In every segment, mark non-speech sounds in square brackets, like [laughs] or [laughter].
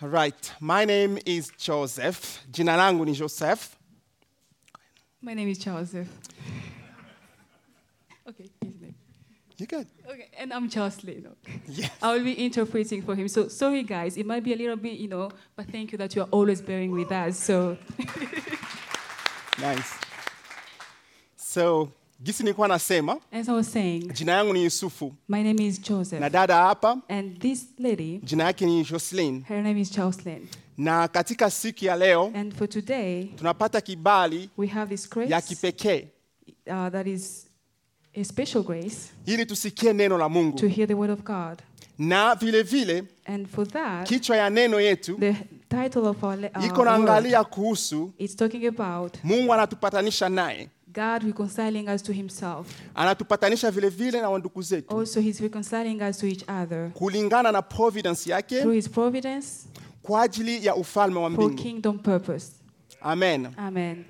Right. My name is Joseph. Jina langu ni Joseph. My name is Joseph. okay, his name. You good? Okay, and I'm Jocelyn. Yes. I will be interpreting for him. So sorry, guys. It might be a little bit, you know, but thank you that you are always bearing with us. So Nice. So, gisi nilikuwa nasema as I was saying, jina yangu ni Yusufu my name is na Joseph, dada hapa and this lady, jina yake ni Jocelyn. her name is Jocelyn. Na katika siku ya leo And for today, tunapata kibali we have this ya grace kipekee uh, that is a special grace ili tusikie neno la to Mungu, hear the word of God. na vile vile And for that, kichwa ya neno yetu the title of our le- iko uh, word, naangalia kuhusu it's talking about Mungu anatupatanisha naye, God reconciling us to Himself. anatupatanisha vile vile na wandugu zetu Also, He's reconciling us to each other kulingana na providence yake through His providence kwa ajili ya ufalme wa for mbingu. kingdom purpose. Amen. Amen.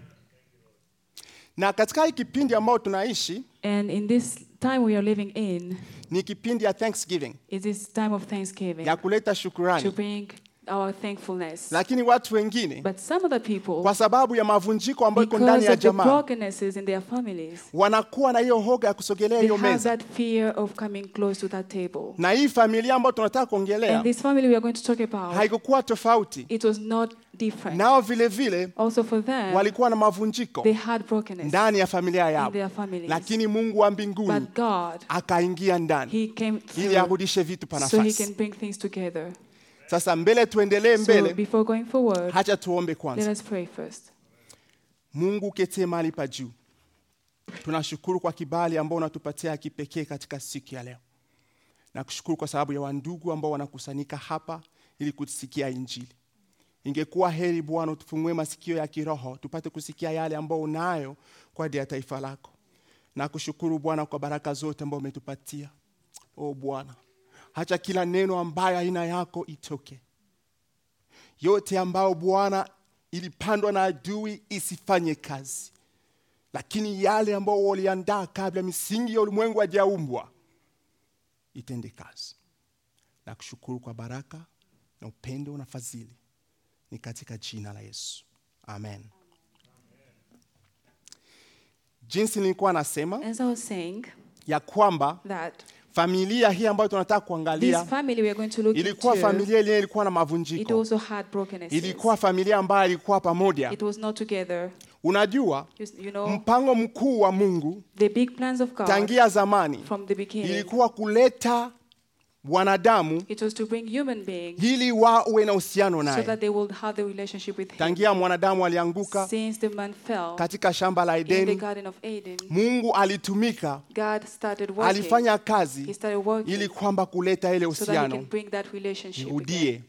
Na katika hii kipindi ambayo tunaishi And in this time we are living in, ni kipindi ya Thanksgiving, is this time of thanksgiving ya kuleta to shukurani, bring our thankfulness. lakini watu wengine But some of the people, kwa sababu ya mavunjiko ambayo iko ndani because ya of the jamaa brokennesses in their families, wanakuwa na hiyo hoga ya kusogelea they hiyo have meza. that fear of coming close to that table. Na hii familia ambayo tunataka kuongelea And this family we are going to talk about, haikukuwa tofauti it was not different. nao, vile vile Also for them, walikuwa na mavunjiko they had brokenness ndani ya familia in yao, their families. lakini Mungu wa mbinguni But God, akaingia ndani He came ili through arudishe vitu pa so He can nafasi. bring things together. Sasa mbele, tuendelee So mbele, before going forward, hacha tuombe let kwanza. us pray first. Mungu uketie mahali pa juu, tunashukuru kwa kibali ambao unatupatia kipekee katika siku ya leo. Nakushukuru kwa sababu ya wandugu ambao wanakusanyika hapa ili kusikia Injili. Ingekuwa heri Bwana utufungue masikio ya kiroho tupate kusikia yale ambayo unayo kwa ajili ya taifa lako. Nakushukuru Bwana kwa baraka zote ambazo umetupatia. O Bwana, hacha kila neno ambayo aina yako itoke yote ambayo Bwana ilipandwa na adui isifanye kazi, lakini yale ambayo waliandaa kabla misingi ya ulimwengu hajaumbwa itende kazi. Na kushukuru kwa baraka na upendo na fadhili, ni katika jina la Yesu, amen. Jinsi nilikuwa nasema As I was saying, ya kwamba that familia hii ambayo tunataka this kuangalia family we are going to look ilikuwa into, familia ile ilikuwa na it mavunjiko, also had brokenness. ilikuwa familia ambayo ilikuwa pamoja It was not together. Unajua, You, s- you know, mpango mkuu wa Mungu the big plans of God Mm. tangia zamani Oh. from the beginning, ilikuwa kuleta wanadamu it was to bring human beings ili wawe na uhusiano so naye. that they would have the relationship with Him. Tangia mwanadamu alianguka Since the man fell katika shamba la in the Edeni, Garden of Eden, Mungu alitumika, God started working. alifanya He kazi started ili working kwamba kuleta ile so that He can uhusiano bring that relationship again. irudie,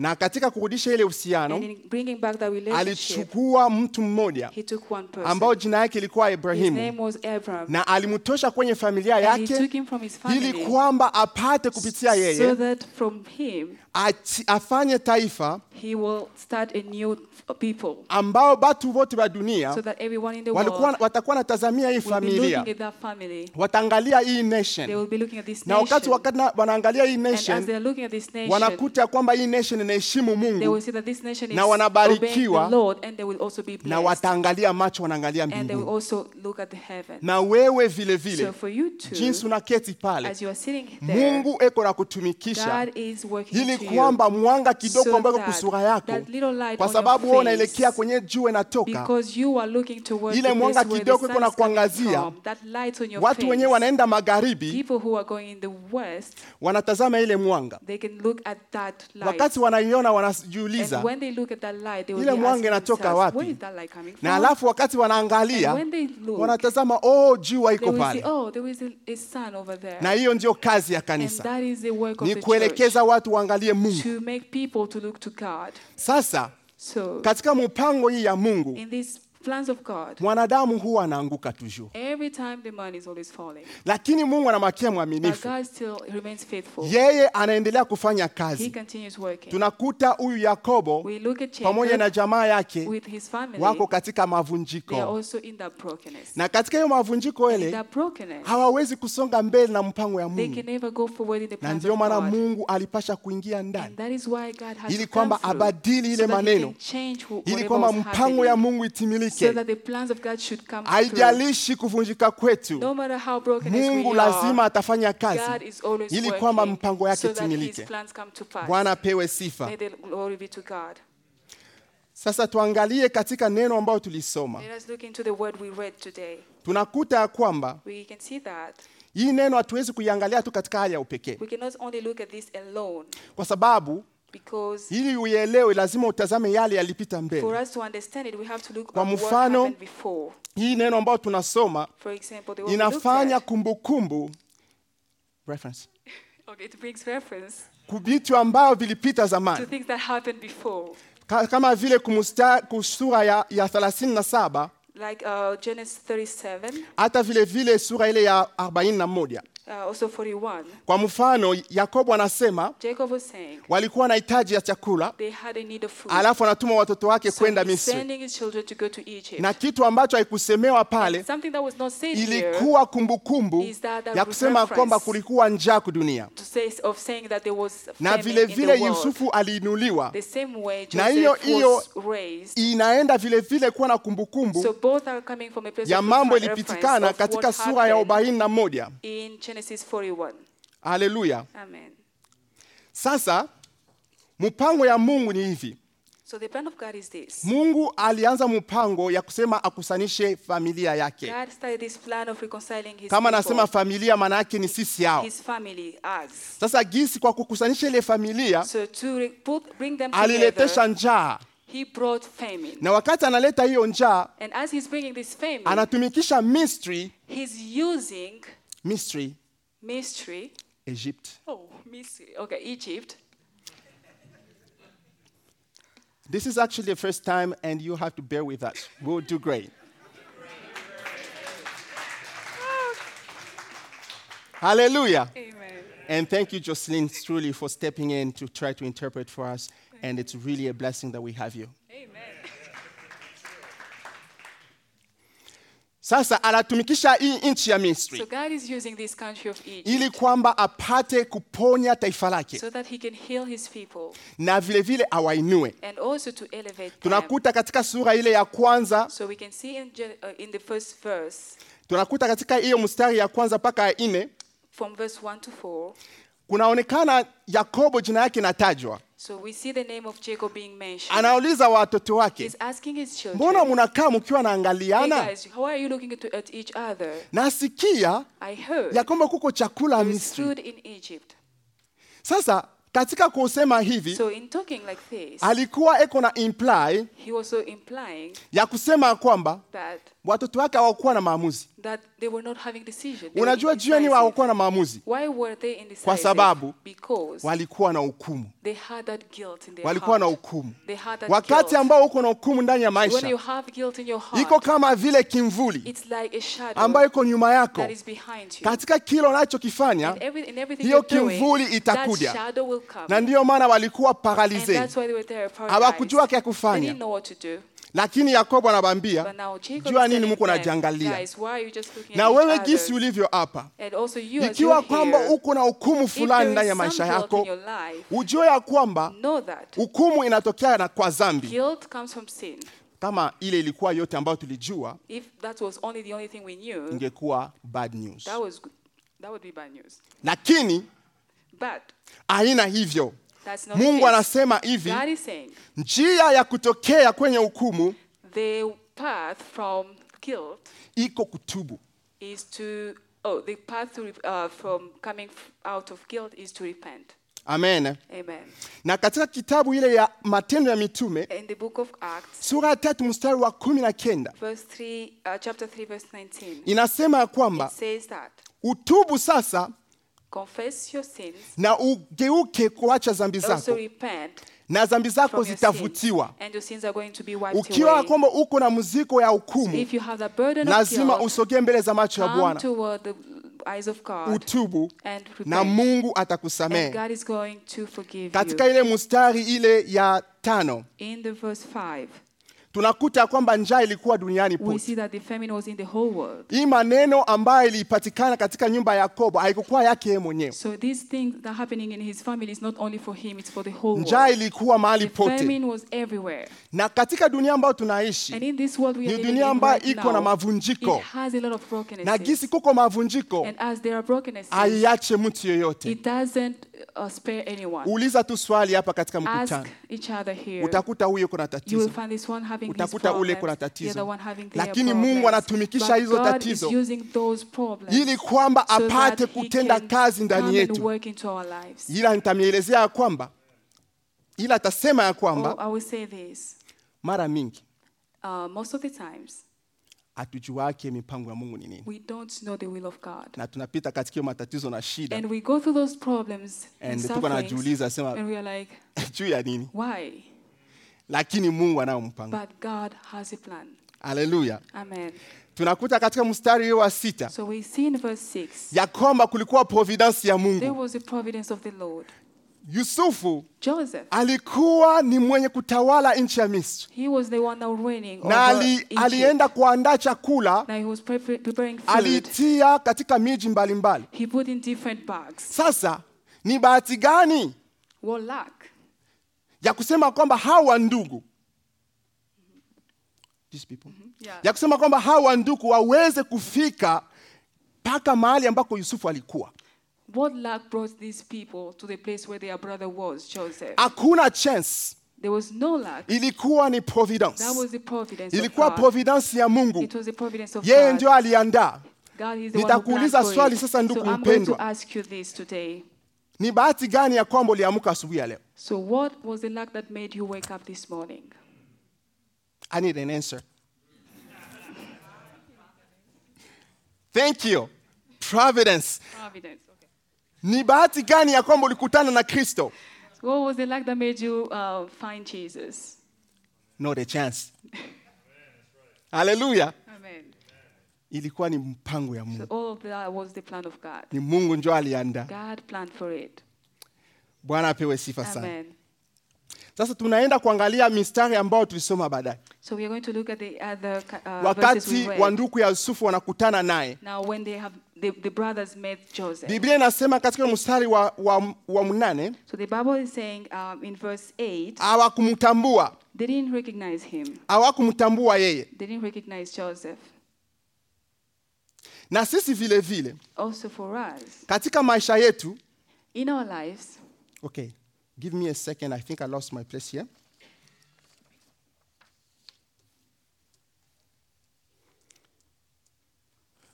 na katika kurudisha ile And uhusiano in bringing back that relationship, alichukua mtu mmoja He took one person. ambao jina yake ilikuwa His Ibrahimu name was Abram. na alimtosha kwenye familia And he yake took him from his family ili kwamba apate kupitia so yeye that from him ati- afanye taifa he will start a new people ambao batu wote wa so dunia that everyone in the walikuwa, world watakuwa natazamia hii will be familia, looking at that family. wataangalia hii They nation, will be looking at this na wakati nation. wakati na- wanaangalia hii And as nation they are looking at this nation, wanakuta ya kwamba hii nation inaheshimu they will Mungu see that this nation is Na obeying wanabarikiwa, the Lord and they will also be na blessed. wataangalia macho, wanaangalia And they will mbinguni. also look at the heaven. Na wewe vile So vile, for you jinsi too, unaketi pale, as you are sitting there, Mungu eko na kutumikisha God is working ili to you. kwamba mwanga kidogo So ambao iko that- kusura yako, that little light kwa on your sababu wewe face, unaelekea kwenye jua inatoka, Because you are looking towards Ile the place mwanga where the kidogo sun iko na is coming kuangazia, from, that light on your watu face. wenyewe wanaenda magharibi, People who are going in the west, wanatazama ile mwanga, they can look at that light. wakati wanaiona and wanajiuliza, when they look at that light, they will Ile be mwanga asking inatoka themselves, wapi? where is that light coming from? na alafu wakati and wanaangalia when they look, wanatazama, oh, jua they iko will see, pale. oh, there is a, a sun over there. Na hiyo ndio kazi ya and kanisa, that is the work of ni the church, kuelekeza watu waangalie Mungu. to make people to look to God. Sasa So, katika mpango hii ya Mungu in this plans of God. mwanadamu huwa anaanguka toujours Every time the man is always falling, lakini mungu anamwakia but mwaminifu God still remains faithful. yeye anaendelea kufanya He kazi continues working. tunakuta huyu yakobo We look at pamoja na Jacob jamaa yake with his family. wako katika They are mavunjiko also in that brokenness. na katika hiyo mavunjiko In ile that brokenness, hawawezi kusonga mbele na mpango ya they mungu can never go forward in the na plans ndio of maana God. mungu alipasha kuingia ndani And that is why God has Ili to come kwamba through, abadili ile so that he maneno. can change wh- ili whatever kwamba was mpango happening, ya mungu so itimilike that the plans of God should come through. haijalishi kuvunjika kwetu No matter how broken mungu we are, lazima atafanya God kazi is always ili working kwamba mpango yake so that his itimilike. plans come to pass. bwana apewe sifa May the glory be to God. sasa tuangalie katika neno ambayo tulisoma Let us look into the word we read today. tunakuta ya kwamba We can see that hii neno hatuwezi kuiangalia tu katika hali ya upekee we cannot only look at this alone kwa sababu because ili uielewe lazima utazame yale yalipita for mbele us to understand it we have to look Kwa at what mfano, happened before. hii neno ambayo tunasoma For example, the word we looked inafanya at, kumbukumbu reference okay, it brings reference vitu ambavyo vilipita to zamani things that happened before. Ka- kama vile kumusta- kusura ya, ya 37 like uh, Genesis 37, hata vile vile sura ile ya 41 uh, also 41, kwa mfano yakobo anasema Jacob was saying walikuwa na hitaji ya chakula they had a need of food. alafu anatuma watoto wake so kwenda he's misri sending his children to go to Egypt. na kitu ambacho haikusemewa And pale something that was not said here ilikuwa kumbukumbu is that that ya kusema reference kwamba kulikuwa njaa kudunia to say, of saying that there was na famine vile in vile the world. yusufu aliinuliwa The same way Joseph Na hiyo- was hiyo- raised. inaenda vile vile kuwa na kumbukumbu So both are coming from a place ya of mambo reference ilipitikana of what katika sura ya happened arobaini na moja in Genesis 41. haleluya Amen. sasa mpango ya mungu ni hivi So the plan of God is this. mungu alianza mpango ya kusema akusanishe familia yake God started this plan of reconciling his kama people, anasema familia maana yake ni sisi hao his family, us. sasa gisi kwa kukusanisha ile familia So to re- put, bring them aliletesha together, njaa he brought famine. na wakati analeta hiyo njaa And as he's bringing this famine, anatumikisha misri he's using misri mystery. egypt Oh, mystery. Okay, Egypt. This is actually the first time, and you have to bear with us. We'll do great. Hallelujah. Amen. And thank you, Jocelyn, truly for stepping in to try to interpret for us. And it's really a blessing that we have you. Amen. Sasa anatumikisha hii nchi ya Misri So God is using this country of ili Egypt kwamba apate kuponya taifa lake so that he can heal his people na vile vile awainue. and also to elevate them. Tunakuta katika sura ile ya kwanza, So we can see in, Gen- uh, in the first verse, tunakuta katika hiyo mstari ya kwanza mpaka ya nne, from verse 1 to 4, kunaonekana Yakobo jina yake inatajwa. so we see the name of Jacob being mentioned. anauliza watoto wake He's asking his children, mbona mnakaa mkiwa hey naangaliana guys, how are you looking at, at each other? nasikia I heard ya kwamba kuko chakula there is misri food in Egypt. sasa katika kusema hivi So in talking like this, alikuwa eko na imply he was so implying ya kusema kwamba that watoto wake hawakuwa na maamuzi that they were not having decision. They were unajua juu ya nini indecisive. hawakuwa na maamuzi Why were they indecisive? sababu because walikuwa na hukumu they had that guilt in their walikuwa na heart. hukumu They had that wakati guilt. ambao uko na hukumu ndani ya When you maisha have guilt in your heart, iko kama vile kimvuli it's like a shadow ambayo iko nyuma yako that is behind you. katika kile unachokifanya And every, in everything hiyo you're doing, kimvuli That itakuja. shadow will come. na ndiyo maana walikuwa And paralize that's why they were there hawakujua paralyzed. kya They kufanya didn't know what to do. lakini yakobo anabambia But now Jacob jua is nini telling mko them, najiangalia Guys, why are you just looking na at wewe each gisi other? ulivyo hapa And also you as ikiwa you're kwamba here, uko na hukumu if fulani there ndani is ya maisha some guilt in yako your life, ujue ya kwamba know that hukumu inatokea na kwa dhambi guilt comes from sin. kama ile ilikuwa yote ambayo tulijua If that was only the only thing we knew, ingekuwa bad news that was good. that would be bad news. lakini But haina hivyo that's not mungu the case. anasema hivi God is saying njia ya kutokea kwenye hukumu the path from guilt iko kutubu is to oh the path to, re- uh, from coming f- out of guilt is to repent. amen Amen. na katika kitabu ile ya matendo ya mitume In the book of Acts, sura ya tatu mstari wa kumi na kenda verse three, uh, chapter three, verse nineteen, inasema ya kwamba says that utubu sasa Confess your sins. na ugeuke kuacha dhambi Also zako repent na dhambi zako from your sins. zitavutiwa And your sins are going to be wiped ukiwa away. kwamba uko na mzigo ya hukumu If you have the burden of lazima guilt, usogee mbele za macho ya come bwana toward the eyes of God utubu and na repent. mungu And atakusamehe God is going to forgive katika you. ile mustari ile ya tano In the verse 5, tunakuta ya kwamba njaa ilikuwa duniani we pote see that the famine was in the whole world. hii maneno ambayo ilipatikana katika nyumba ya yakobo haikukuwa yake yeye mwenyewe So these things that are happening in his family is not only for him, it's for the whole njaa world. ilikuwa mahali The pote famine was everywhere. na katika dunia ambayo tunaishi And in this world we are ni living dunia in ambayo right iko na now, mavunjiko it has a lot of na gisi brokenness. kuko mavunjiko And as there are brokennesses, aiache mtu yeyote it doesn't uh, spare anyone. uliza tu swali hapa katika Ask mkutano each other here. utakuta huyo uko na You will tatizo find this one having this Utakuta ule problem, kuna the other tatizo. one having their Lakini Mungu problems. anatumikisha But hizo God is tatizo using those problems ili kwamba so that apate he kutenda can kazi ndani come and yetu work into our lives. ila nitamwelezea ya kwamba ila atasema ya Oh, kwamba I will say this. mara mingi Uh, most of the times, hatujuake mipango ya mungu ni nini we don't know the will of God. na tunapita katika hiyo matatizo na shida [laughs] And we go through those problems and And tuko sufferings, najiuliza sema and we are like, juu ya nini why? lakini mungu anayo mpango But God has a plan. haleluya Amen. tunakuta katika mstari huo wa sita So we see in verse 6, ya kwamba kulikuwa providence ya there mungu was a providence of the Lord. yusufu Joseph, alikuwa ni mwenye kutawala nchi ya misri he was the one now reigning na over ali, Egypt. alienda kuandaa chakula Now he was prepar- preparing food. alitia katika miji mbalimbali He put in different bags. sasa ni bahati gani What luck? ya kusema kwamba hawa ndugu These people. Yeah. ya kusema kwamba hawa ndugu waweze kufika mpaka mahali ambako yusufu alikuwa What luck brought these people to the place where their brother was, Joseph? Ah. hakuna chance There was no luck. ilikuwa ni providence That was the providence of ilikuwa God. providence ya mungu It was the providence of yeye God. ndio aliandaa God is the one who planned Nitakuuliza for swali it. sasa, ndugu so I'm going to mpendwa. ask you this today. ni bahati gani ya kwamba uliamka asubuhi ya leo So what was the luck that made you wake up this morning? I need an answer. Thank you. Providence. Providence. Ah, Okay. Ni bahati gani ya kwamba ulikutana na Kristo? What was the luck that made you uh, find Jesus? Not a chance. Haleluya. Amen. Ilikuwa ni mpango ya So Mungu. all of that was the plan of God. Ni Mungu ndio aliandaa. God planned for it. Bwana apewe sifa sana. Amen. Sasa tunaenda kuangalia mistari ambayo tulisoma baadaye. So we are going to look at the other ca- uh, verses we Wakati wa read. ndugu ya Yusufu wanakutana naye. Now when they have the, the brothers met Joseph. Biblia inasema katika mstari wa, wa, wa mnane So the Bible is saying um, in verse 8, hawakumtambua, they didn't recognize him. hawakumtambua yeye. They didn't recognize Joseph. Na sisi vile vile Also for us, katika maisha yetu in our lives, Okay, give me a second. I think I lost my place here.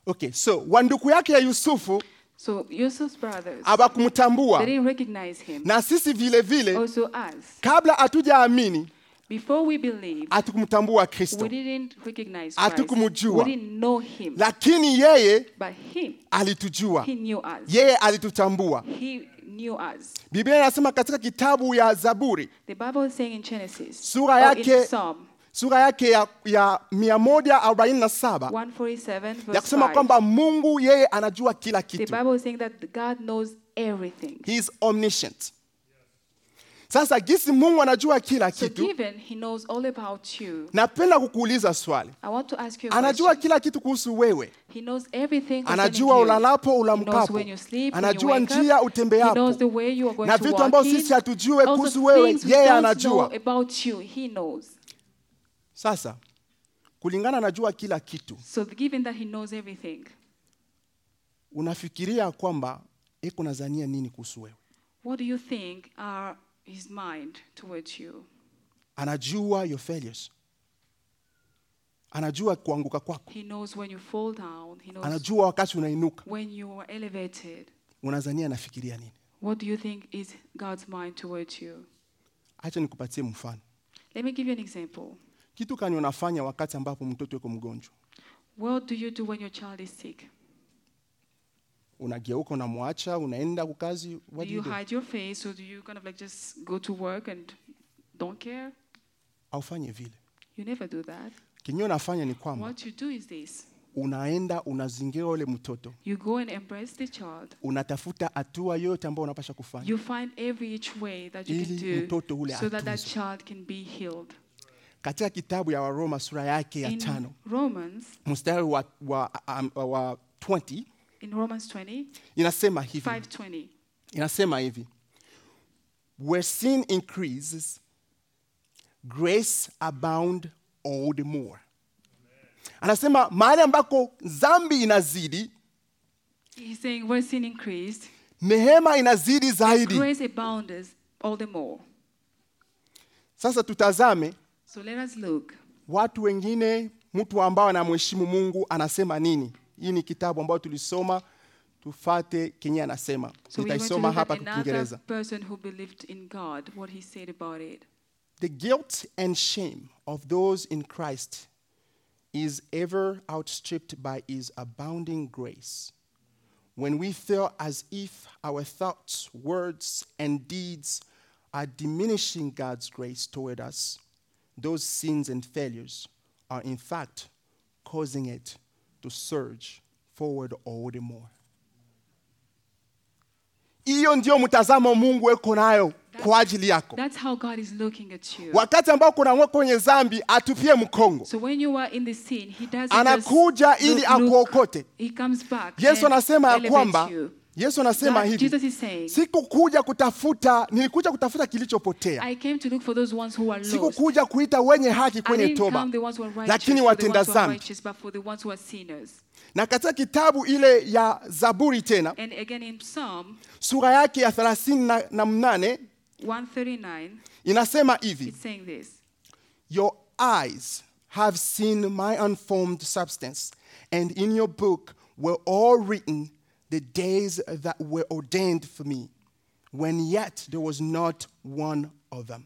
Okay, so wa ndugu yake ya Yusufu so Yusuf's brothers, they hawakumtambua, didn't recognize him. na sisi vile vile Also us, kabla hatujaamini before we believe, hatukumtambua we Kristo, didn't recognize Christ. Hatukumjua. We didn't know him. lakini yeye But him, alitujua, he knew us. yeye alitutambua. He knew us. Biblia inasema katika kitabu ya Zaburi The Bible is saying in Genesis, Sura or in yake- Psalm sura yake ya, ya 147 147, ya verse kusema 5, kwamba Mungu yeye anajua kila the kitu. Bible is saying that God knows everything. He is omniscient. Sasa gisi Mungu anajua kila So kitu, given he knows all about you, napenda kukuuliza swali. I want to ask you a Anajua question. kila kitu kuhusu wewe, He knows everything concerning anajua you. ulalapo, He knows ulamkapo, when you sleep, when you anajua wake up. njia He knows the utembeapo, way you are going na to vitu walk ambao in. sisi hatujue Also kuhusu wewe, things we yeye don't know anajua. about you, he knows. Sasa kulingana, anajua kila kitu, So given that he knows everything, unafikiria kwamba eko nazania nini kuhusu wewe? what do you think are his mind towards you? Anajua your failures, anajua kuanguka kwako, He knows when you fall down. He knows anajua wakati unainuka, when you are elevated. unazania anafikiria nini? What do you think is God's mind towards you? Acha nikupatie mfano. Let me give you an example. kitu kani unafanya wakati ambapo mtoto yuko mgonjwa What do you do when your child is sick? unageuka unamwacha unaenda kukazi Do what do you you do? hide your face or do you kind of like just go to work and don't care? aufanye vile You never do that. kinyume nafanya ni kwamba What you do is this unaenda unazingira ule mtoto you go and embrace the child. unatafuta hatua yote ambayo unapasha kufanya You find every each way that you Ili can do mtoto ule so that that atunzwe. child can be healed. katika kitabu ya waroma sura yake ya In tano Romans, mstari wa, wa, um, wa 20 in Romans 20, inasema hivi 520. inasema hivi where sin increases grace abound all the more anasema mahali ambako dhambi inazidi He's saying, where sin increased, neema inazidi zaidi grace abounds all the more. sasa tutazame So let us look. watu wengine mtu ambao anamheshimu mungu anasema nini hii ni kitabu ambayo tulisoma tufate kenye anasema So we're going to nitaisoma look at hapa kwa another kiingereza person who believed in God, what he said about it. The guilt and shame of those in Christ is ever outstripped by his abounding grace. When we feel as if our thoughts, words, and deeds are diminishing God's grace toward us, those sins and failures are in fact causing it to surge forward all the more. Hiyo ndio mtazamo Mungu weko nayo kwa ajili yako. That's how God is looking at you. wakati ambao kunakuwa kwenye dhambi atupie mkongo So when you are in the sin, he doesn't anakuja just ili look- look. akuokote He comes back. yesu and anasema ya elevates kwamba you. yesu anasema God- Jesus hivi is saying, sikukuja kutafuta nilikuja kutafuta kilichopotea I came to look for those ones who are lost. sikukuja kuita wenye haki I kwenye didn't toba come the ones who are righteous, lakini for the watenda ones who are dhambi righteous, but for the ones who are sinners. na katika kitabu ile ya zaburi tena And again in Psalm sura yake ya 38 na, na mnane 139, inasema hivi it's saying this. Your eyes have seen my unformed substance, and in your book were all written the days that were ordained for me, when yet there was not one of them.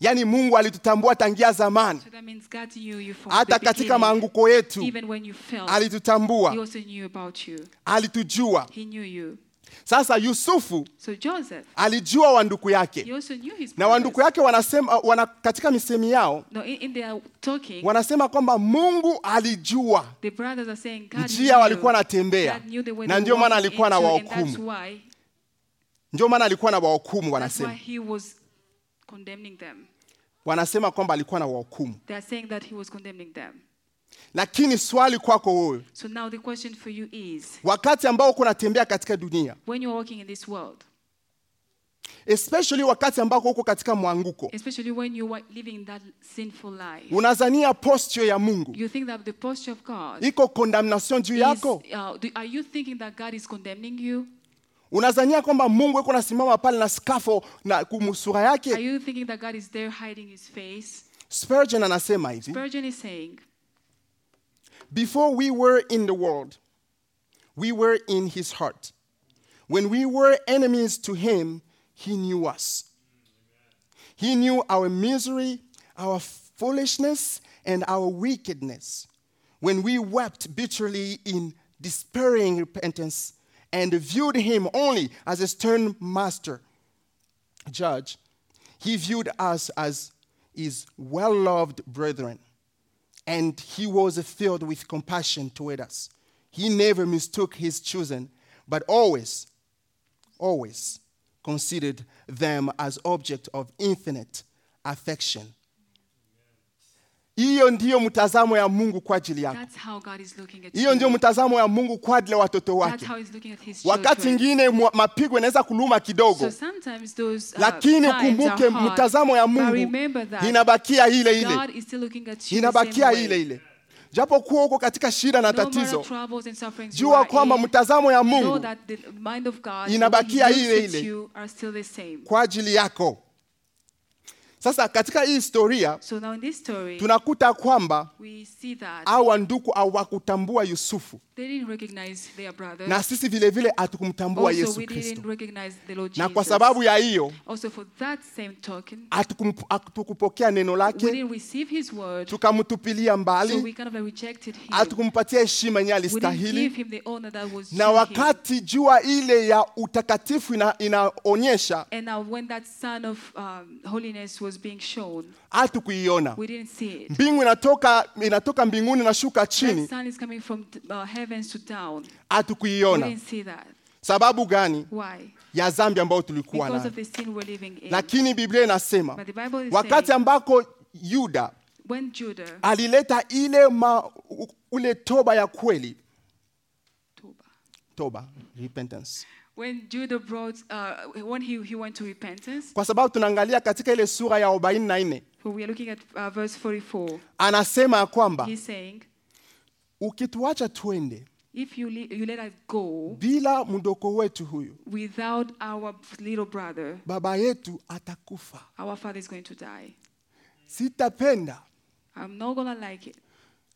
Yani Mungu alitutambua tangia zamani, So that means God knew you from hata the katika beginning. maanguko yetu Even when you fell, he alitutambua, also knew about you. alitujua. He knew you. Sasa Yusufu So Joseph, alijua wanduku he yake, also knew his na wanduku brothers. yake wanasema, wana, katika misemi yao No, in, in their talking, wanasema kwamba Mungu alijua the brothers are saying God njia knew. walikuwa wanatembea God knew the way na they ndio were maana walking alikuwa na into, and that's wahukumu why, ndio maana alikuwa na wahukumu that's why wanasema he was condemning them. wanasema kwamba alikuwa na wahukumu They are saying that he was condemning them. lakini swali kwako wewe So now the question for you is, wakati ambao uko unatembea katika dunia when you're walking in this world, especially wakati ambako uko katika mwanguko especially when you are living that sinful life, unazania posture ya mungu you think that the posture of God iko condemnation juu is, yako uh, do- are you thinking that God is condemning you? unazania kwamba mungu iko nasimama pale na skafo na kumsura Are yake you thinking that God is there hiding his face? spurgeon anasema hivi Spurgeon is saying, Before we were in the world, we were in his heart. When we were enemies to him, he knew us. He knew our misery, our foolishness, and our wickedness. When we wept bitterly in despairing repentance and viewed him only as a stern master, judge, he viewed us as his well loved brethren and he was filled with compassion toward us. He never mistook his chosen, but always, always considered them as object of infinite affection. Hiyo ndiyo mtazamo ya Mungu kwa ajili yako. That's how God is looking at Hiyo you. ndiyo mtazamo ya Mungu kwa ajili ya watoto That's wake. how He's looking at His Wakati children. ingine mwa- mapigo yanaweza kuluma So kidogo, sometimes those uh, lakini times ukumbuke are hard, mtazamo ya but Mungu remember that inabakia ile ile. God is still looking at you the same inabakia way. ile ile japokuwa uko katika shida na No matter tatizo troubles and sufferings you jua are kwamba in, mtazamo ya know mungu that the mind of God Inabakia the way He looks ile at ile. you are still the same. kwa ajili yako Sasa katika hii historia So now in this story, tunakuta kwamba we see that hawa ndugu hawakutambua Yusufu, they didn't recognize their brother. na sisi vile vile hatukumtambua also, Yesu we Kristo, didn't recognize the Lord na Jesus. kwa sababu ya hiyo also, for that same token, hatukum- hatukupokea neno we lake, didn't receive His word, tukamtupilia so mbali, we kind of like rejected Him. hatukumpatia heshima yenye we didn't give alistahili. Him the honor that was Na due Him. wakati jua ile ya utakatifu ina, inaonyesha, And now, when that Son of um, holiness was being shown, hatukuiona. we didn't see it. Mbingu inatoka inatoka mbinguni inashuka That chini, Son is coming from uh, heavens to down. We hatukuiona. didn't see that. Sababu gani? Why? Ya dhambi ambayo tulikuwa Because nayo. of the sin we're living in. Lakini Biblia inasema But the Bible is wakati saying, ambako Yuda when Judah, alileta ile ma, u- ule toba ya kweli, Toba. toba repentance, when Judah brought, uh, when he, he went to repentance, kwa sababu tunaangalia katika ile sura ya 44 so we are looking at uh, verse 44. anasema ya kwamba He's saying, ukituacha twende if you, le- you let us go bila mdogo wetu huyu, without our little brother, baba yetu atakufa. our father is going to die. Sitapenda I'm not going to like it.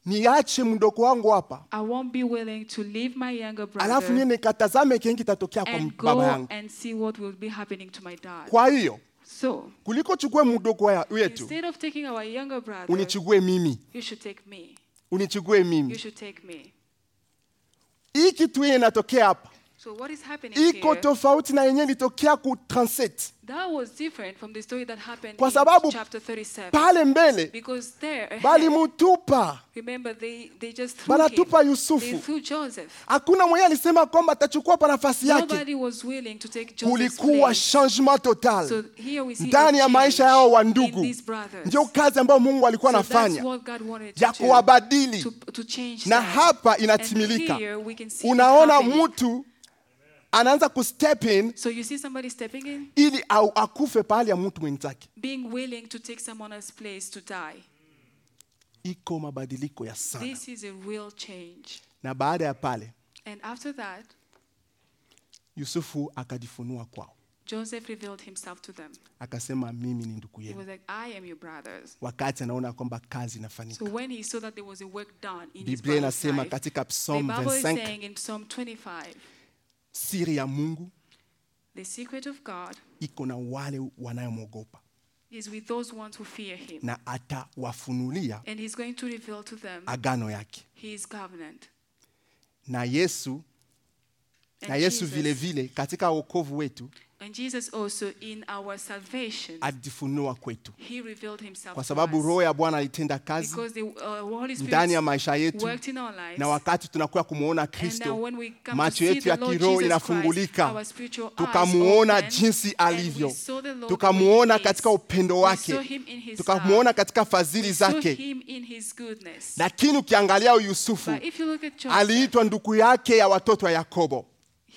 niache mdogo wangu hapa I won't be willing to leave my younger alafu niye brother nikatazame kengi kitatokea kwa and m- baba go yangu. and see what will be happening to my dad. Kwa hiyo So kuliko chukue mdogo wa- wetu, instead of taking our younger brother, unichukue mimi, you should take me. unichukue You mimi. should take me. Hii kitu yenye inatokea hapa So what is happening iko here? tofauti na yenye ilitokea ku transit That was different from the story that happened Kwa in sababu chapter 37. pale mbele, Because there, bali ahead, mutupa, [laughs] remember they, they just threw banatupa him. They Yusufu. threw Joseph. Hakuna mwenye alisema kwamba atachukua pa nafasi yake. Nobody was willing to take Joseph's Kulikuwa place. changement total So here we see a ndani ya maisha change yao wa in ndugu. these brothers. Ndio kazi ambayo Mungu alikuwa so that's anafanya what God wanted to ya do, kuwabadili, to, to change na them. hapa And inatimilika. here we can see it Unaona happening. mtu anaanza kustep in So you see somebody stepping in, ili au akufe pahali ya mtu mwenzake. being willing to take someone else's place to die. Iko mabadiliko ya sana, This is a real change. na baada ya pale And after that, Yusufu akajifunua kwao, Joseph revealed himself to them. akasema mimi ni ndugu He yenu, was like, I am your brothers. wakati anaona kwamba kazi So inafanyika. when he saw that there was a work done in his Biblia brother's inasema life, katika the Psalm Bible is 25 saying in Psalm 25, siri ya Mungu the secret of God iko na wale wanayomwogopa is with those ones who fear him. na atawafunulia And he's going to reveal to them agano yake. his covenant. Na Yesu And na Yesu Jesus- vile vile katika wokovu wetu And Jesus also in our salvation, alijifunua kwetu, he revealed himself kwa to sababu us. Roho ya Bwana alitenda kazi because the uh, Holy ndani ya Spirit maisha yetu worked in our lives. na wakati tunakuwa kumwona And now kristo when we come macho to see yetu the ya Lord kiroho Jesus Christ, inafungulika our spiritual eyes tukamuona open, jinsi and we alivyo saw the Lord the tukamuona way he katika is. upendo We wake saw him in his tukamuona love. katika fadhili We saw zake him in his goodness. lakini ukiangalia huyu yusufu But if you look at Joseph, aliitwa ndugu yake ya watoto wa yakobo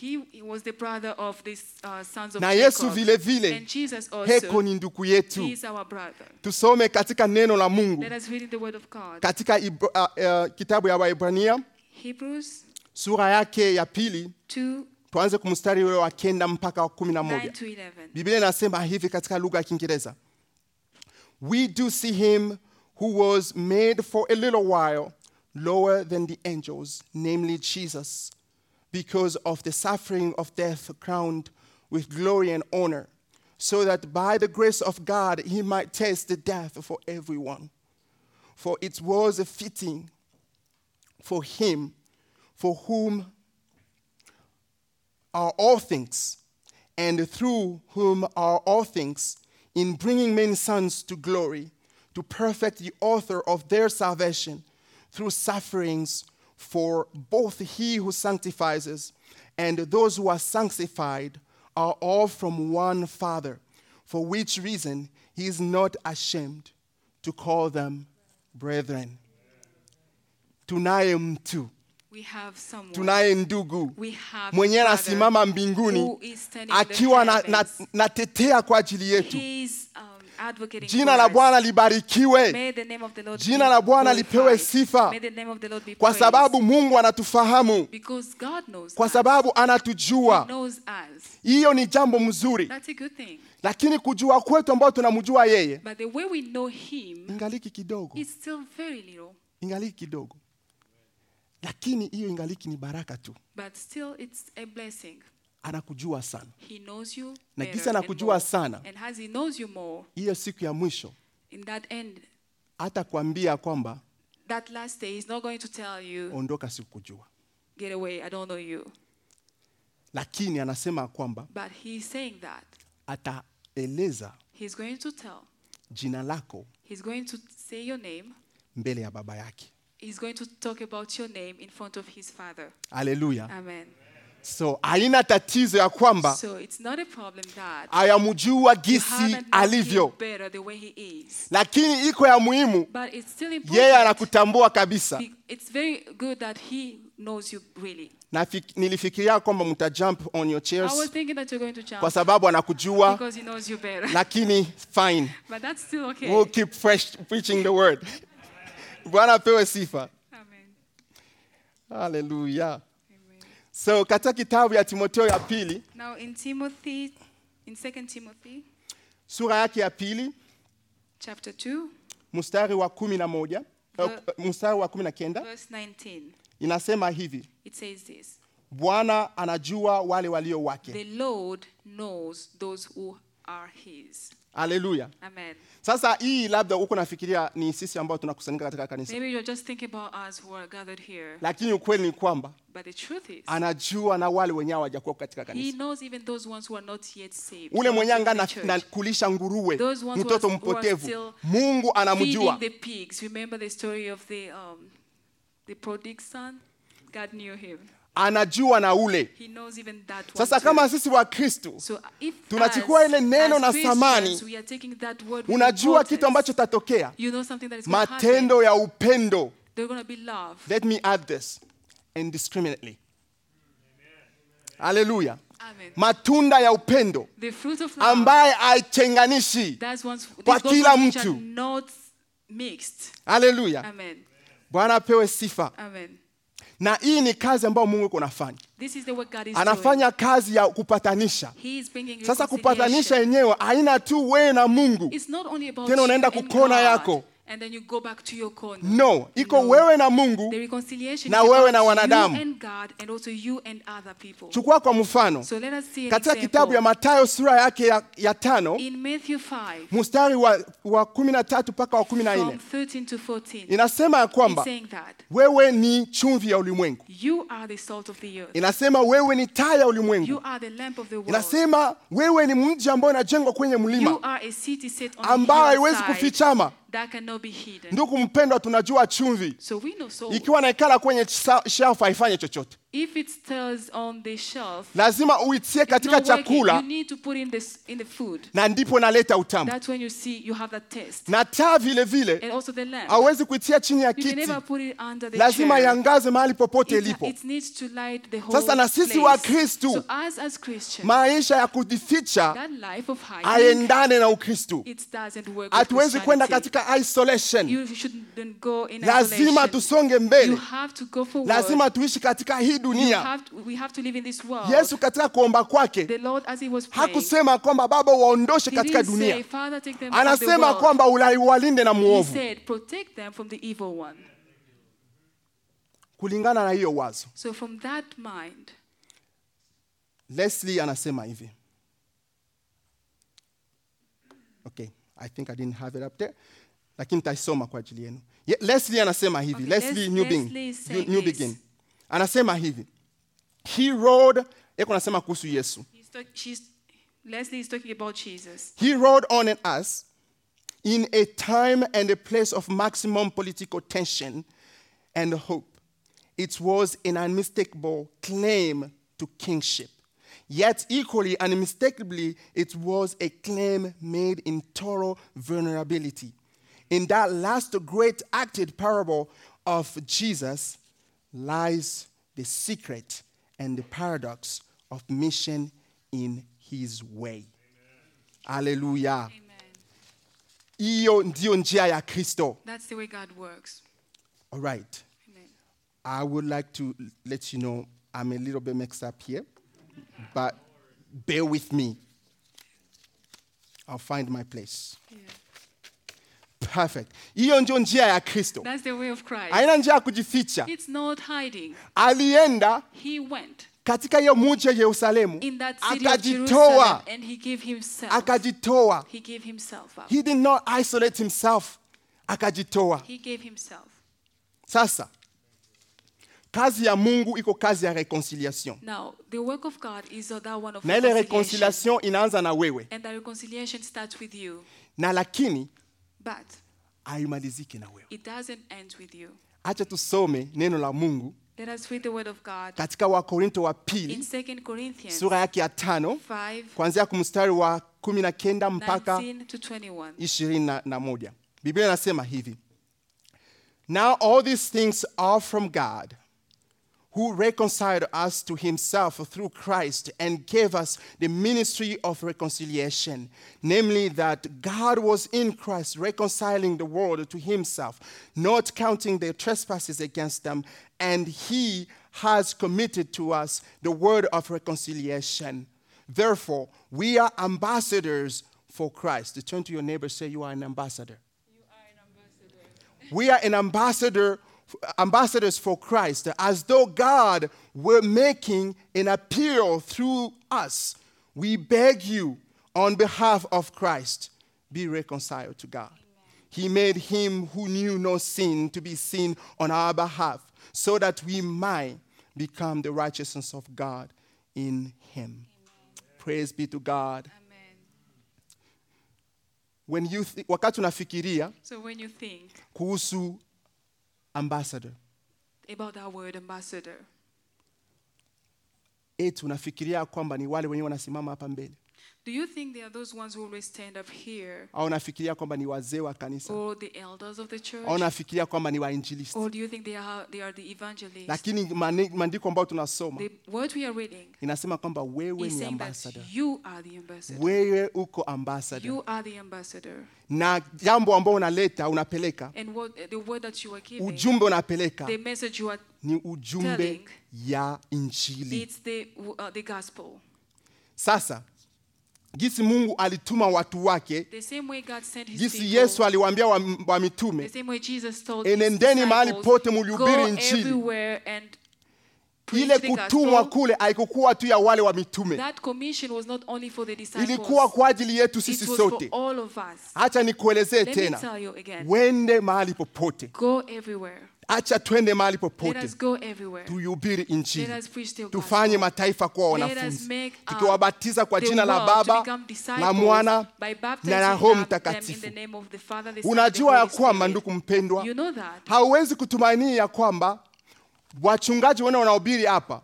he, he was the brother of these uh, sons of na Jacob. yesu vile vile and Jesus also, heko ni ndugu yetu he is our brother. tusome katika neno la mungu Let us read in the word of God. katika Ibra, uh, uh, kitabu ya waibrania Hebrews sura yake ya pili 2, tuanze kumstari ule wa kenda mpaka wa kumi na 9 moja to 11. Biblia inasema hivi katika lugha ya Kiingereza. We do see him who was made for a little while lower than the angels, namely Jesus, because of the suffering of death crowned with glory and honor, so that by the grace of God he might taste the death for everyone. For it was fitting for him for whom are all things, and through whom are all things, in bringing many sons to glory, to perfect the author of their salvation through sufferings for both he who sanctifies us and those who are sanctified are all from one Father, for which reason he is not ashamed to call them brethren. Tunaye mtu, We have someone. tunaye ndugu, we have mwenyewe a brother anasimama who mbinguni is standing in the akiwa na- na- heavens. natetea na kwa ajili yetu. He is um, advocating Jina for la us. Bwana libarikiwe May the name of the Lord Jina be la Bwana lipewe glorified. sifa. May the name of the Lord be kwa praised. sababu Mungu anatufahamu, because God knows kwa us. sababu He anatujua. knows us. Hiyo ni jambo mzuri, That's a good thing. lakini kujua kwetu ambao tunamjua yeye But the way we know Him ingaliki kidogo is still very little, ingaliki kidogo lakini hiyo ingaliki ni baraka tu but still it's a blessing. anakujua sana He knows you Na better kisa and anakujua more. sana. And as He knows you more, hiyo siku ya mwisho in that end, hata kuambia kwamba that last day, He's not going to tell you, ondoka sikujua get away, I don't know you. lakini anasema kwamba But He's saying that. ataeleza He's going to tell. jina lako He's going to say your name. mbele ya baba yake He's going to talk about your name in front of His Father. haleluya Amen. so haina tatizo ya kwamba So it's not a problem that ayamjua you gisi haven't known Him alivyo better the way He is. lakini iko ya muhimu But it's still important. yeye anakutambua kabisa Be- It's very good that he knows you really. Nafik, nilifikiria kwamba mtajump on your I was chairs thinking that you're going to jump kwa sababu anakujua because he knows you better. lakini fine [laughs] but that's still okay. we'll keep fresh preaching the word bwana apewe sifa Amen. haleluya Amen. so katika kitabu ya timotheo ya pili Now in Timothy, in 2 Timothy sura yake ya pili chapter 2, mstari wa kumi na moja Uh, eh, mstari wa kumi na kenda verse 19, inasema hivi it says this. bwana anajua wale walio wake The Lord knows those who are his. haleluya Amen. sasa hii labda huko nafikiria ni sisi ambao tunakusanyika katika kanisa Maybe you're just thinking about us who are gathered here. lakini ukweli ni kwamba But the truth is, anajua na wale wenyewe hawajakuwa katika he kanisa knows even those ones who are not yet saved. ule mwenyewe in the anga church. nakulisha nguruwe Those ones who mtoto are- who are mpotevu still mungu anamjua feeding the pigs. Remember the story of the um, the prodigal son? God knew him. anajua na ule He knows even that one. sasa too. kama sisi wa kristu so if tunachukua us, ile neno as na Christians, thamani, we are taking that word with unajua kitu importance. ambacho tatokea you know something that is going to happen. matendo ya upendo They're going to be love let me add this indiscriminately haleluya Amen. matunda ya upendo The fruit of love. ambaye aitenganishi that's ones kwa those kila ones which are mtu. not mixed. haleluya Amen. bwana apewe sifa Amen. na hii ni kazi ambayo mungu iko nafanya This is the work God is doing. anafanya kazi ya kupatanisha He is bringing sasa reconciliation. kupatanisha yenyewe haina tu wewe na mungu It's not only about Tena you unaenda and kukona God, yako. And then you go back to your corner. no iko No. wewe na mungu The reconciliation Na is wewe about na wanadamu. You and God and also you and other people. chukua kwa mfano So let us see an katika kitabu example. ya matayo sura yake ya, ya tano In Matthew 5 mstari wa, wa kumi na tatu mpaka wa kumi na from nne 13 to 14. inasema ya It's kwamba saying that wewe ni chumvi ya ulimwengu you are the salt of the earth. inasema wewe ni taa ya You ulimwengu are the lamp of the world. inasema wewe ni mji ambao unajengwa kwenye You mlima are a city set on ambao a haiwezi hillside kufichama that cannot be hidden. ndugu mpendwa tunajua chumvi So we know so. ikiwa naikala kwenye sa- shelf haifanye chochote If it stays on the shelf, lazima uitie it's katika not working. chakula you need to put in this in the food. na ndipo naleta utamu That's when you see you have that taste. na taa vile vile And also the lamp. hauwezi kuitia chini ya You can kiti never put it under the lazima chair. iangaze mahali popote It, ilipo it needs to light the whole Sasa na sisi place. wa Kristu, so us as Christians, maisha ya kujificha that life of hiding, aendane na ukristu it doesn't work. with hatuwezi kwenda Christianity. katika isolation You shouldn't go in lazima isolation. tusonge You mbele have to go forward. lazima tuishi katika hii You dunia have to, we have to live in this world. yesu katika kuomba kwake the Lord, as He was praying, hakusema kwamba baba waondoshe He katika didn't say, dunia Father, take them out of the anasema world. kwamba ula- walinde na He mwovu said, protect them from the evil one. kulingana na hiyo wazo So from that mind, Leslie anasema hivi. Okay, I think I didn't have it up there. Lakini nitaisoma kwa ajili yenu. Ye- Leslie anasema hivi. Okay, Leslie Les- Newbin. Leslie is New, saying New this. begin. Anasema hivi. He rode, yeko anasema kuhusu Yesu. he's talk, she's, Leslie is talking about Jesus. He rode on and us in a time and a place of maximum political tension and hope. It was an unmistakable claim to kingship. Yet, equally unmistakably, it was a claim made in thorough vulnerability. In that last great acted parable of Jesus lies the secret and the paradox of mission in his way. Haleluya. Amen. Hiyo ndiyo njia ya Kristo. That's the way God works. All right. Amen. I would like to let you know I'm a little bit mixed up here, but bear with me. I'll find my place. Perfect. Hiyo ndio njia ya Kristo. That's the way of Christ. Haina njia ya kujificha. It's not hiding. Alienda He went katika hiyo mji ya Yerusalemu in that city of Jerusalem akajitoa, and he gave himself. akajitoa. He gave himself up. He did not isolate himself, akajitoa. He gave himself. Sasa kazi ya Mungu iko kazi ya reconciliation, Now, the work of God is that one of na ile reconciliation. reconciliation inaanza na wewe, And that reconciliation starts with you. na lakini But haimaliziki na wewe. it doesn't end with you. Acha tusome neno la Mungu Let us read the word of God katika Wakorinto wa in pili 2 Corinthians sura yake ya tano 5 kuanzia kumstari wa kumi na kenda mpaka 19 to 21. ishirini na- na moja. Biblia inasema hivi. Now all these things are from God, who reconciled us to himself through Christ and gave us the ministry of reconciliation, namely that God was in Christ reconciling the world to himself, not counting their trespasses against them, and he has committed to us the word of reconciliation. Therefore, we are ambassadors for Christ. Turn to your neighbor, say, You are an ambassador. We are an ambassador, ambassadors for Christ, as though God were making an appeal through us. We beg you, on behalf of Christ, be reconciled to God. He made him who knew no sin to be sin on our behalf, so that we might become the righteousness of God in him. Praise be to God. Amen. When you thi- wakati unafikiria So when you think kuhusu ambassador, about that word ambassador, eti unafikiria kwamba ni wale wenyewe wanasimama hapa mbele do you think they are those ones who always stand up here au unafikiria kwamba ni wazee wa kanisa or the elders of the au church? unafikiria kwamba ni wainjilisti Or do you think they are they are the evangelists? lakini mane- maandiko ambayo tunasoma The word we are reading inasema kwamba wewe is ni saying that ambassador you are the ambassador. wewe uko ambassador You are the ambassador. na jambo ambao unaleta unapeleka And what the word that you are giving, ujumbe unapeleka the message you are ni ujumbe telling. ya injili it's the uh, the gospel. sasa jinsi mungu alituma watu wake The same way God sent his jinsi people. yesu aliwaambia wa, wa The mitume same way Jesus told Enendeni his mahali disciples, pote mlihubiri go Injili." everywhere and preach ile the kutumwa gospel. kule haikukuwa tu ya wale wa mitume That commission was not only for the disciples. ilikuwa kwa ajili yetu it sisi was for sote all of us. hacha nikuelezee Let me tena tell you again. wende mahali popote Go everywhere. hacha twende mahali Let popote us go everywhere. tuihubiri Let injili us preach the gospel. tufanye mataifa kuwa Let us wanafunzi make our- tukiwabatiza kwa the jina la world to baba become la disciples mwana by baptizing na la roho them in mtakatifu the name of the Father, the Son, and the unajua ya Holy kwamba Spirit. ndugu mpendwa You know that. hauwezi kutumainia ya kwamba wachungaji wene wanaohubiri hapa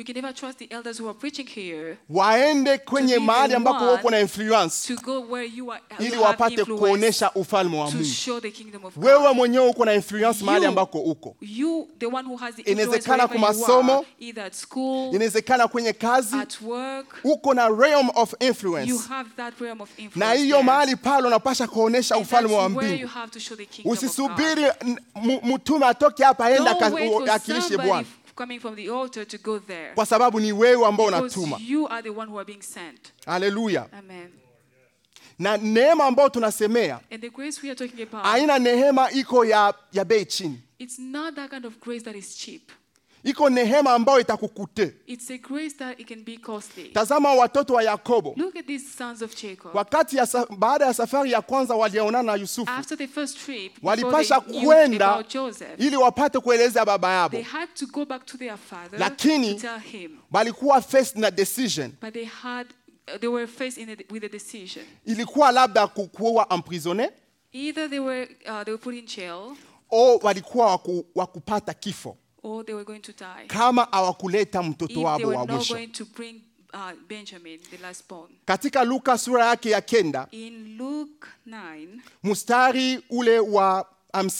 You can never trust the elders who are preaching here waende kwenye be the mahali ambapo one wako na influence to go where you are you ili have wapate influence kuonesha ufalme wa to Mungu. show the kingdom of wewe God. mwenyewe uko na influence mahali You- ambako uko You, the one who has the Inawezekana influence wherever kwa you masomo, are, either at school, inawezekana kwenye kazi at work, uko na realm of influence you have that realm of influence. na hiyo there. mahali pale unapasha kuonesha And that's ufalme wa where you mbingu have to show the kingdom of God. usisubiri n- mu- mtume atoke hapa aende Don't aka- wait u- for akilishe somebody bwana f- coming from the altar to go there. kwa sababu ni wewe ambao unatuma Because you are the one who are being sent. haleluya Amen. na neema ambayo tunasemea And the grace we are talking about, aina neema iko ya, ya bei chini it's not that kind of grace that is cheap. iko neema ambayo itakukute It's a grace that it can be costly. tazama watoto wa yakobo Look at these sons of Jacob. wakati ya sa, baada ya safari ya kwanza walionana na yusufu After the first trip, before walipasha they knew kwenda about Joseph, ili wapate kueleza baba yabo they had to go back to their father Lakini- to tell him. walikuwa faced na decision But they had, uh, they were faced in a, with a decision. ilikuwa labda ku- kuwa emprisonne Either they were, uh, they were put in jail, au walikuwa waku, wakupata kifo or they were going to die. kama hawakuleta mtoto If they wabo were wa not mwisho going to bring uh, Benjamin, the last born. katika luka sura yake ya kenda In Luke 9, mstari ule wa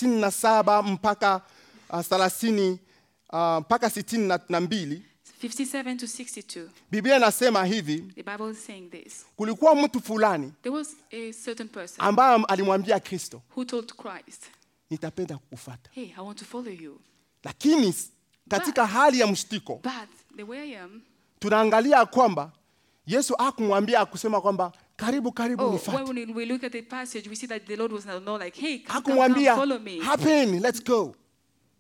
57 mpaka uh, 30 uh, mpaka 62 57 to 62, biblia inasema hivi the Bible is saying this. kulikuwa mtu fulani There was a certain person ambaye alimwambia kristo who told Christ, nitapenda kukufata Hey, I want to follow you. lakini katika hali ya mshtiko But the way I am, tunaangalia kwamba yesu akumwambia akusema kwamba karibu karibu Oh, nifuate. when we, we look at the passage, we see that the Lord was not not like, hey, come, come, come, hakumwambia follow me. happen let's go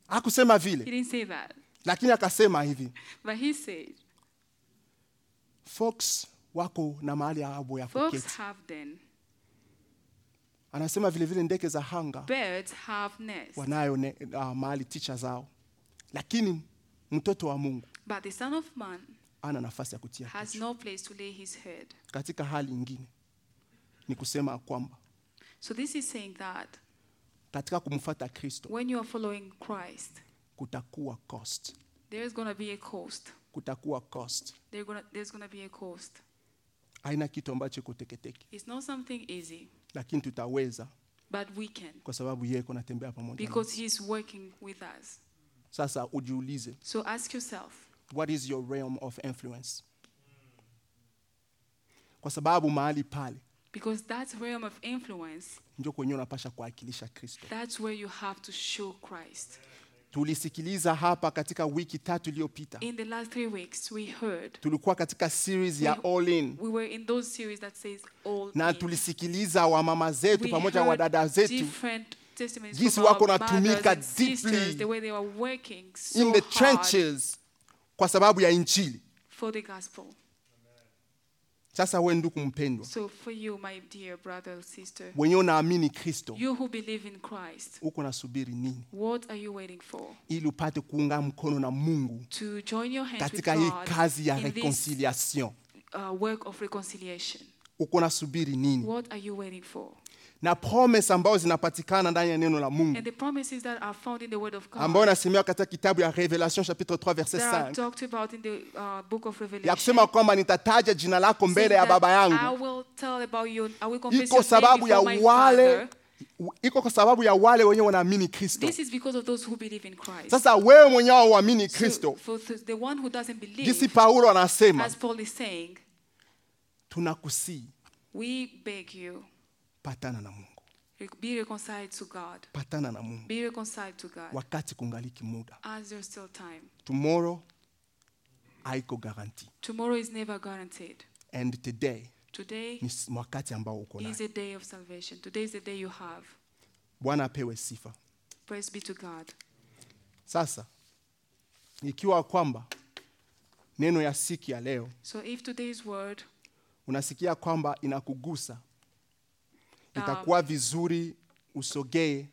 hakusema He vile didn't say that. lakini akasema hivi But he said, folks wako na mahali yabo ya folks kuketi have den, anasema vile vile ndege za hanga birds have nests. wanayo ne, uh, mahali ticha zao lakini mtoto wa mungu But the Son of Man ana nafasi ya kutia has kichwa. no place to lay his head. katika hali ingine ni kusema kwamba So this is saying that katika kumfuata kristo when you are following Christ, kutakuwa cost there is going to be a cost. kutakuwa cost There gonna, there's going to be a cost. haina kitu ambacho iko teketeke It's not something easy, lakini tutaweza but we can kwa sababu yeko natembea pamoja nasi. because he's working with us. sasa ujiulize So ask yourself, what is your realm of influence kwa sababu mahali pale because that realm of influence, ndio kwenyewe unapasha kuwakilisha kristo that's where you have to show Christ. tulisikiliza hapa katika wiki tatu iliyopita In the last three weeks, we heard, tulikuwa katika series ya all in we were in those series that says all na in. tulisikiliza wamama zetu We pamoja na heard wadada zetu different testimonies Jinsi from our wako mothers natumika and sisters, deeply the way they were working so in the hard trenches kwa sababu ya injili for the gospel. sasa wewe ndugu mpendwa So for you, my dear brother or sister, wenyewe unaamini kristo you who believe in Christ, huko nasubiri nini what are you waiting for? ili upate kuunga mkono na mungu To join your hands with katika hii God kazi ya in this reconciliation uh, work of reconciliation. uko nasubiri nini What are you waiting for? na promise ambazo zinapatikana ndani ya neno la mungu And the promises that are found in the Word of God ambayo inasemewa katika kitabu ya revelation chapitre 3 verset that are 5 talked about in the uh, book of Revelation. ya kusema kwamba nitataja jina lako mbele ya saying that baba I yangu will tell about you, I will confess iko your name sababu ya before my Father. wale iko kwa sababu ya wale wenyewe wanaamini kristo This is because of those who believe in Christ. sasa wewe mwenyewe auamini So, kristo for th- the one who doesn't jinsi believe, paulo anasema as Paul is saying, tunakusii we beg you, patana na mungu re- be reconciled to God. patana na mungu Be reconciled to God wakati kungaliki muda as there's still time. tomorrow haiko guarantee Tomorrow is never guaranteed. and today Today ni s- wakati ambao uko nayo is a day of salvation. Today is the day you have. bwana apewe sifa Praise be to God. sasa ikiwa kwamba neno ya siki ya leo So if today's word, unasikia kwamba inakugusa Um, itakuwa vizuri usogee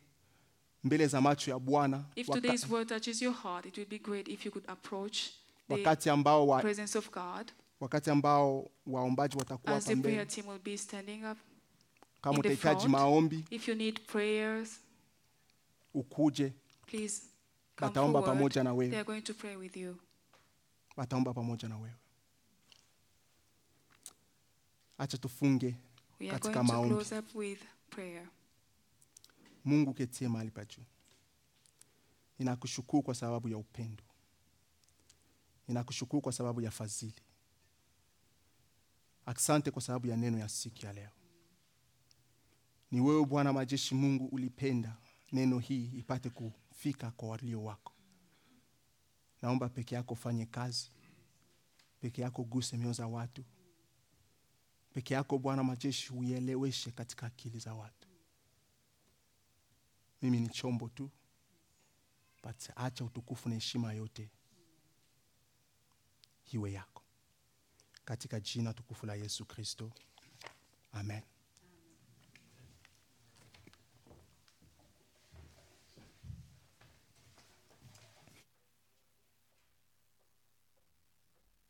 mbele za macho ya bwana if waka- today's word touches your heart, it would be great if you could approach the wakati ambao wa, presence of God wakati ambao waombaji watakuwa as hapa the prayer mbele team will be standing up. kama in the utahitaji front. maombi If you need prayers, ukuje please come Wataomba forward. pamoja na wewe. They are going to pray with you. wataomba pamoja na wewe acha tufunge We are katika going to maombi close up with prayer. mungu ketie mahali pa juu ninakushukuru kwa sababu ya upendo ninakushukuru kwa sababu ya fadhili asante kwa sababu ya neno ya siku ya leo ni wewe bwana majeshi mungu ulipenda neno hii ipate kufika kwa walio wako naomba peke yako ufanye kazi peke yako guse mioyo za watu peke yako bwana majeshi uieleweshe katika akili za watu mimi ni chombo tu but acha utukufu na heshima yote iwe yako katika jina tukufu la yesu kristo amen